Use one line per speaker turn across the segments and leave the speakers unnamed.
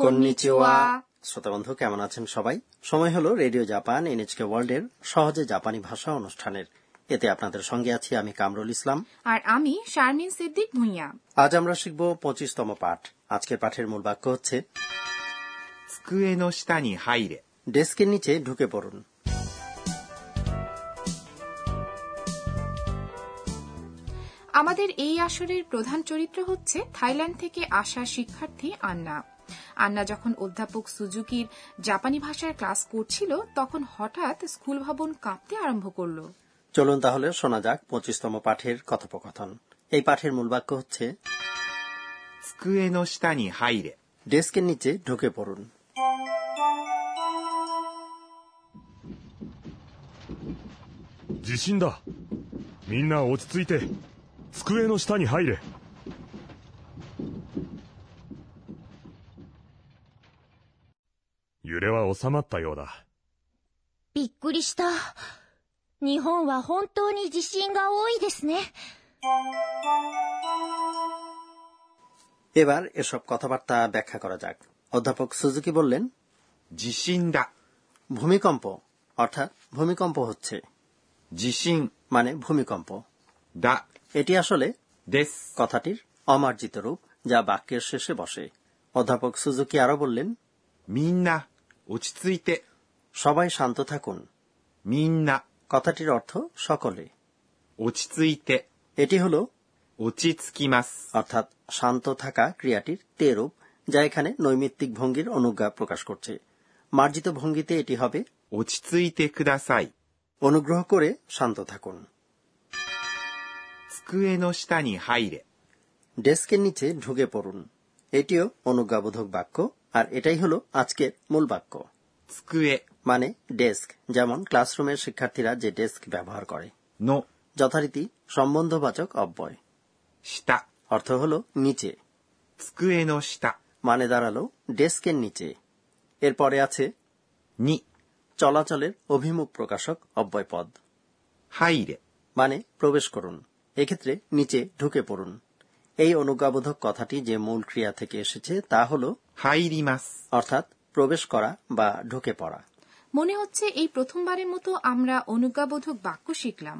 Konnichiwa.
শ্রোতা বন্ধু কেমন আছেন সবাই সময় হলো রেডিও জাপান এনএচকে ওয়ার্ল্ডের সহজে জাপানি ভাষা অনুষ্ঠানের এতে আপনাদের সঙ্গে আছি আমি কামরুল ইসলাম
আর আমি শারমিন সিদ্দিক ভুঁইয়া
আজ আমরা শিখব পঁচিশতম পাঠ আজকের পাঠের মূল বাক্য হচ্ছে
机の下に入れ。
ডেস্কের নিচে ঢুকে পড়ুন
আমাদের এই আসরের প্রধান চরিত্র হচ্ছে থাইল্যান্ড থেকে আসা শিক্ষার্থী আন্না আন্না যখন অধ্যাপক সুজুকির জাপানি ভাষার ক্লাস করছিল তখন হঠাৎ স্কুল ভবন কাঁপতে আরম্ভ করলো
চলুন তাহলে শোনা যাক পঁচিশতম পাঠের কথোপকথন এই পাঠের মূল বাক্য হচ্ছে
机の下に入れ。
ডেস্কের নিচে ঢুকে পড়ুন
地震だみんな落ち着いて机の下に入れ揺れは収まったようだ
びっくりした。日本は本当に地震が多いですね。
এবার এসব কথাবার্তা ব্যাখ্যা করা যাক অধ্যাপক সুজুকি বললেন
地震だ。
ভূমিকম্প অর্থাৎ ভূমিকম্প হচ্ছে
地震
মানে ভূমিকম্প
だ。
এটি আসলে
です。
কথাটির অমার্জিত রূপ যা বাক্যের শেষে বসে অধ্যাপক সুজুকি আরো বললেন
みんな、落ち着いて。
সবাই শান্ত থাকুন
みんな、
কথাটির অর্থ সকলে
落ち着いて。
এটি হল
落ち着きます。
অর্থাৎ শান্ত থাকা ক্রিয়াটির তে রূপ যা এখানে নৈমিত্তিক ভঙ্গির অনুজ্ঞা প্রকাশ করছে মার্জিত ভঙ্গিতে এটি হবে
落ち着いてください。
অনুগ্রহ করে শান্ত থাকুন
机の下に入れ。
ডেস্কের নিচে ঢুকে পড়ুন এটিও অনুজ্ঞাবোধক বাক্য আর এটাই হলো আজকের মূল বাক্য
机
মানে ডেস্ক যেমন ক্লাসরুমের শিক্ষার্থীরা যে ডেস্ক ব্যবহার করে
の
যথারীতি সম্বন্ধবাচক অব্যয়
下。
অর্থ হল নিচে
机の下
মানে দাঁড়ালো ডেস্কের নিচে এরপরে আছে
に
চলাচলের অভিমুখ প্রকাশক অব্যয়পদ
入れ。
মানে প্রবেশ করুন এক্ষেত্রে নিচে ঢুকে পড়ুন এই অনুজ্ঞাবোধক কথাটি যে মূল ক্রিয়া থেকে এসেছে তা হল
入ります。
অর্থাৎ প্রবেশ করা বা ঢুকে পড়া
মনে হচ্ছে এই প্রথমবারের মতো আমরা অনুজ্ঞাবোধক বাক্য শিখলাম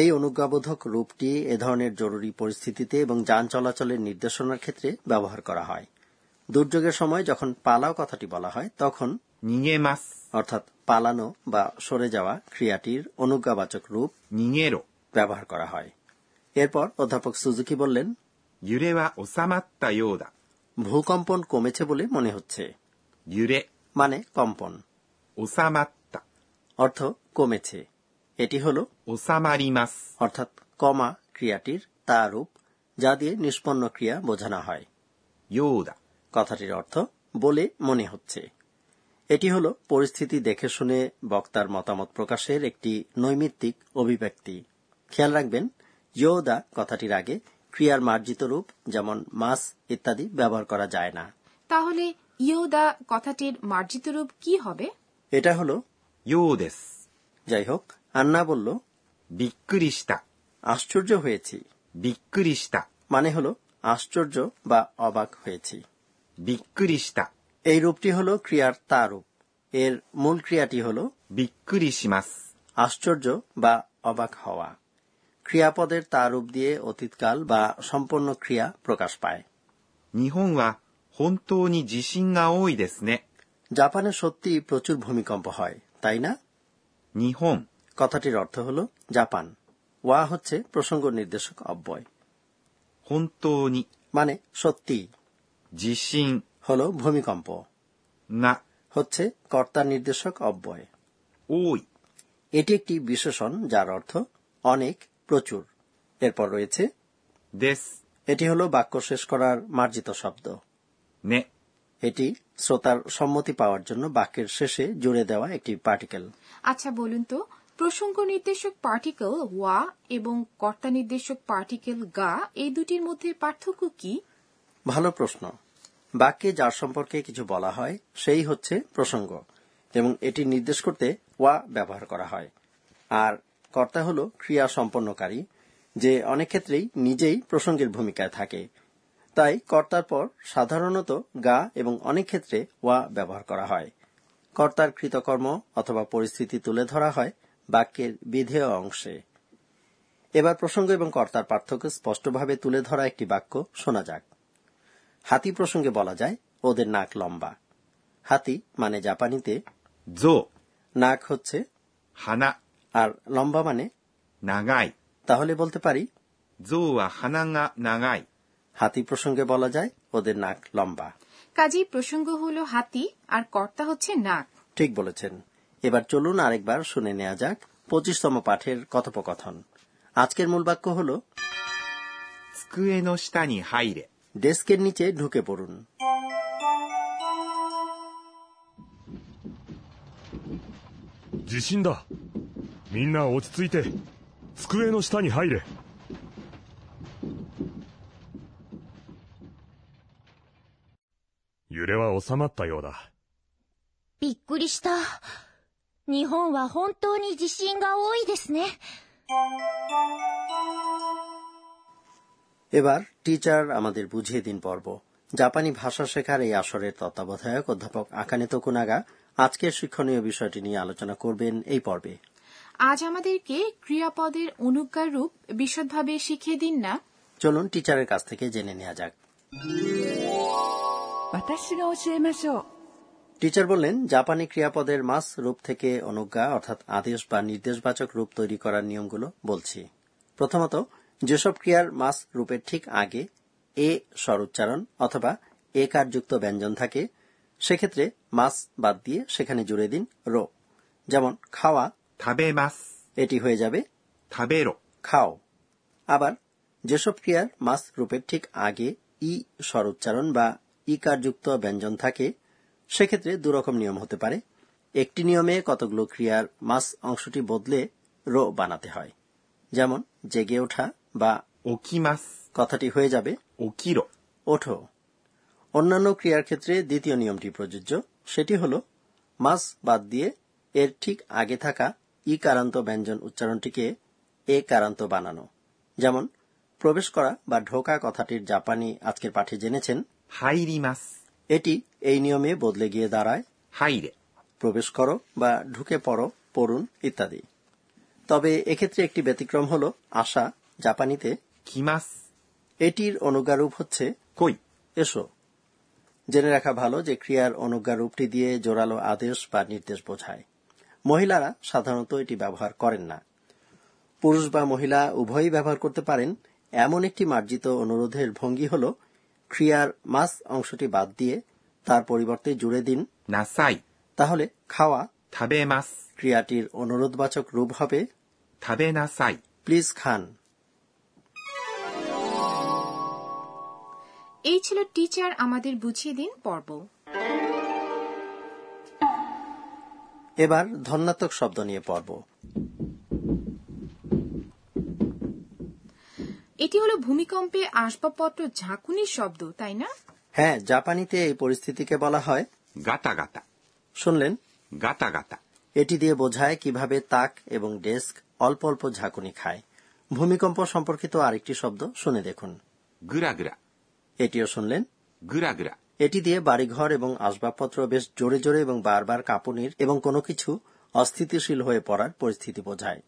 এই অনুজ্ঞাবোধক রূপটি এ ধরনের জরুরি পরিস্থিতিতে এবং যান চলাচলের নির্দেশনার ক্ষেত্রে ব্যবহার করা হয় দুর্যোগের সময় যখন পালাও কথাটি বলা হয় তখন
逃げます。
অর্থাৎ পালানো বা সরে যাওয়া ক্রিয়াটির অনুজ্ঞাবাচক রূপ
逃げろ。
ব্যবহার করা হয় এরপর অধ্যাপক সুজুকি বললেন
揺れは収まったようだ。
ভূকম্পন কমেছে বলে মনে হচ্ছে
揺れ、
মানে কম্পন
収まった。
অর্থ কমেছে এটি হল
収まります。
অর্থাৎ কমা ক্রিয়াটির তা রূপ যা দিয়ে নিষ্পন্ন ক্রিয়া বোঝানো হয়
ようだ。
কথাটির অর্থ বলে মনে হচ্ছে এটি হল পরিস্থিতি দেখে শুনে বক্তার মতামত প্রকাশের একটি নৈমিত্তিক অভিব্যক্তি খেয়াল রাখবেন ইয়োদা কথাটির আগে ক্রিয়ার মার্জিত রূপ যেমন মাস ইত্যাদি ব্যবহার করা যায় না
তাহলে ইয়োদা কথাটির মার্জিত রূপ কি হবে
এটা হল
ようです。
যাই হোক আন্না বলল
びっくりした。
আশ্চর্য হয়েছি
びっくりした。
মানে হল আশ্চর্য বা অবাক হয়েছি
びっくりした。
এই রূপটি হল ক্রিয়ার তা রূপ এর মূল ক্রিয়াটি হল
びっくりします。
আশ্চর্য বা অবাক হওয়া ক্রিয়াপদের তা রূপ দিয়ে অতীতকাল বা সম্পন্ন ক্রিয়া প্রকাশ পায়
日本は本当に地震が多いですね。
জাপানে সত্যি প্রচুর ভূমিকম্প হয় তাই না
日本、
কথাটির অর্থ হল জাপান ওয়া হচ্ছে প্রসঙ্গ নির্দেশক অব্যয়
本当に
মানে সত্যি
地震
হল ভূমিকম্প
が
হচ্ছে কর্তা নির্দেশক অব্যয়
多い。
এটি একটি বিশেষণ যার অর্থ অনেক প্রচুর এরপর রয়েছে
です。
এটি হল বাক্য শেষ করার মার্জিত শব্দ
ね。
এটি শ্রোতার সম্মতি পাওয়ার জন্য বাক্যের শেষে জুড়ে দেওয়া একটি পার্টিকেল
আচ্ছা বলুন তো প্রসঙ্গ নির্দেশক পার্টিকেল ওয়া এবং কর্তা নির্দেশক পার্টিকেল গা এই দুটির মধ্যে পার্থক্য কি
ভালো প্রশ্ন বাক্যে যার সম্পর্কে কিছু বলা হয় সেই হচ্ছে প্রসঙ্গ এবং এটি নির্দেশ করতে ওয়া ব্যবহার করা হয় আর কর্তা হল ক্রিয়া সম্পন্নকারী যে অনেক ক্ষেত্রেই নিজেই প্রসঙ্গের ভূমিকায় থাকে তাই কর্তার পর সাধারণত গা এবং অনেক ক্ষেত্রে ওয়া ব্যবহার করা হয় কর্তার কৃতকর্ম অথবা পরিস্থিতি তুলে ধরা হয় বাক্যের বিধেয় অংশে এবার প্রসঙ্গ এবং কর্তার পার্থক্য স্পষ্টভাবে তুলে ধরা একটি বাক্য শোনা যাক হাতি প্রসঙ্গে বলা যায় ওদের নাক লম্বা হাতি মানে জাপানিতে
象、
নাক হচ্ছে
花、
আর লম্বা মানে
長い。
তাহলে বলতে পারি
象は鼻が長い。
হাতি প্রসঙ্গে বলা যায় ওদের নাক লম্বা
কাজেই প্রসঙ্গ হল হাতি আর কর্তা হচ্ছে নাক
ঠিক বলেছেন এবার চলুন আরেকবার শুনে নেওয়া যাক পঁচিশতম পাঠের কথোপকথন আজকের মূল বাক্য হল
机の下に入れ。
ডেস্কের নিচে ঢুকে পড়ুন
地震だみんな落ち着いて机の下に入れ揺れは収まったようだ
びっくりした。日本は本当に地震が多いですね。
এবার টিচার আমাদের বুঝিয়ে দিন পর্ব জাপানি ভাষা শেখার এই আসরের তত্ত্বাবধায়ক অধ্যাপক আকানে তোকুনাগা আজকের শিক্ষণীয় বিষয়টি নিয়ে আলোচনা করবেন এই পর্বে
আজ আমাদেরকে ক্রিয়াপদের অনুজ্ঞার রূপ বিশদভাবে শিখিয়ে দিন না
চলুন টিচারের কাছ থেকে জেনে নেওয়া যাক
私が教えましょう
টিচার বললেন জাপানি ক্রিয়াপদের মাস রূপ থেকে অনুজ্ঞা অর্থাৎ আদেশ বা নির্দেশবাচক রূপ তৈরি করার নিয়মগুলো বলছি প্রথমত যেসব ক্রিয়ার মাস রূপের ঠিক আগে এ স্বর উচ্চারণ অথবা এ কারযুক্ত ব্যঞ্জন থাকে সেক্ষেত্রে মাস বাদ দিয়ে সেখানে জুড়ে দিন রো যেমন খাওয়া
食べます。
এটি হয়ে যাবে
食べろ。
খাও আবার যেসব ক্রিয়ার মাস রূপের ঠিক আগে ই স্বর উচ্চারণ বা ইকারযুক্ত ব্যঞ্জন থাকে সেক্ষেত্রে দুরকম নিয়ম হতে পারে একটি নিয়মে কতগুলো ক্রিয়ার মাস অংশটি বদলে রো বানাতে হয় যেমন জেগে ওঠা বা
起きます。
কথাটি হয়ে যাবে
起きろ。
ওঠো অন্যান্য ক্রিয়ার ক্ষেত্রে দ্বিতীয় নিয়মটি প্রযোজ্য সেটি হল মাস বাদ দিয়ে এর ঠিক আগে থাকা ই কারান্ত ব্যঞ্জন উচ্চারণটিকে এ কারান্ত বানানো যেমন প্রবেশ করা বা ঢোকা কথাটির জাপানি আজকের পাঠে জেনেছেন
入ります。
এটি এই নিয়মে বদলে গিয়ে দাঁড়ায়
入れ。
প্রবেশ করো বা ঢুকে পড়ো পড়ুন ইত্যাদি তবে এক্ষেত্রে একটি ব্যতিক্রম হল আশা জাপানিতে
来ます。
এটির অনুজ্ঞারূপ হচ্ছে
来い。
এসো জেনে রাখা ভালো যে ক্রিয়ার অনুজ্ঞা রূপটি দিয়ে জোরালো আদেশ বা নির্দেশ বোঝায় মহিলারা সাধারণত এটি ব্যবহার করেন না পুরুষ বা মহিলা উভয়ই ব্যবহার করতে পারেন এমন একটি মার্জিত অনুরোধের ভঙ্গি হল ক্রিয়ার মাস অংশটি বাদ দিয়ে তার পরিবর্তে জুড়ে দিন
なさい。
তাহলে খাওয়া
食べます。
ক্রিয়াটির অনুরোধবাচক রূপ হবে
食べなさい。
প্লিজ খান
এই ছিল টিচার আমাদের বুঝিয়ে দিন পর্ব
এবার ধন্যাত্মক শব্দ নিয়ে পর্ব
এটি হলো ভূমিকম্পে আসবাবপত্র ঝাঁকুনির শব্দ তাই না
হ্যাঁ জাপানিতে এই পরিস্থিতিকে বলা হয়
ガタガタ。
শুনলেন
ガタガタ。
এটি দিয়ে বোঝায় কিভাবে তাক এবং ডেস্ক অল্প অল্প ঝাঁকুনি খায় ভূমিকম্প সম্পর্কিত আরেকটি শব্দ শুনে দেখুন
ぐらぐら。
এটিও শুনলেন
ぐらぐら。
এটি দিয়ে বাড়িঘর এবং আসবাবপত্র বেশ জোরে জোরে এবং বারবার কাঁপুনির এবং কোনো কিছু অস্থিতিশীল হয়ে পড়ার পরিস্থিতি বোঝায়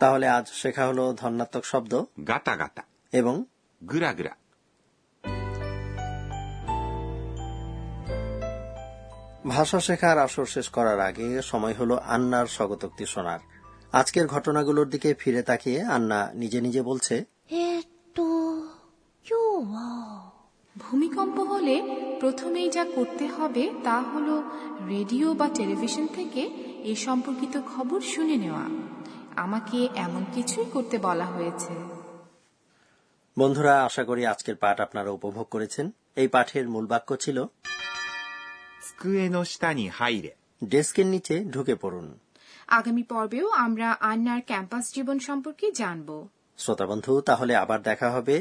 তাহলে আজ শেখা হলো ধন্যাত্মক শব্দ
ガタガタ。
এবং
ぐらぐら。
ভাষা শেখার আসর শেষ করার আগে সময় হলো আন্নার স্বগতোক্তি শোনার আজকের ঘটনাগুলোর দিকে ফিরে তাকিয়ে আন্না নিজে নিজে বলছে
えーっと、今日は、
ভূমিকম্প হলে প্রথমেই যা করতে হবে তা হলো রেডিও বা টেলিভিশন থেকে এই সম্পর্কিত খবর শুনে নেওয়া আমাকে এমন কিছুই করতে বলা হয়েছে
বন্ধুরা আশা করি আজকের পাঠ আপনারা উপভোগ করেছেন এই পাঠের মূল বাক্য ছিল
机の下に入れ。
ডেস্কের নিচে ঢুকে পড়ুন
আগামী পর্বেও আমরা আন্নার ক্যাম্পাস জীবন সম্পর্কে জানব
শ্রোতা বন্ধু তাহলে আবার দেখা হবে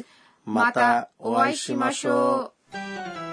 মাতা ওয়াই সীমাশো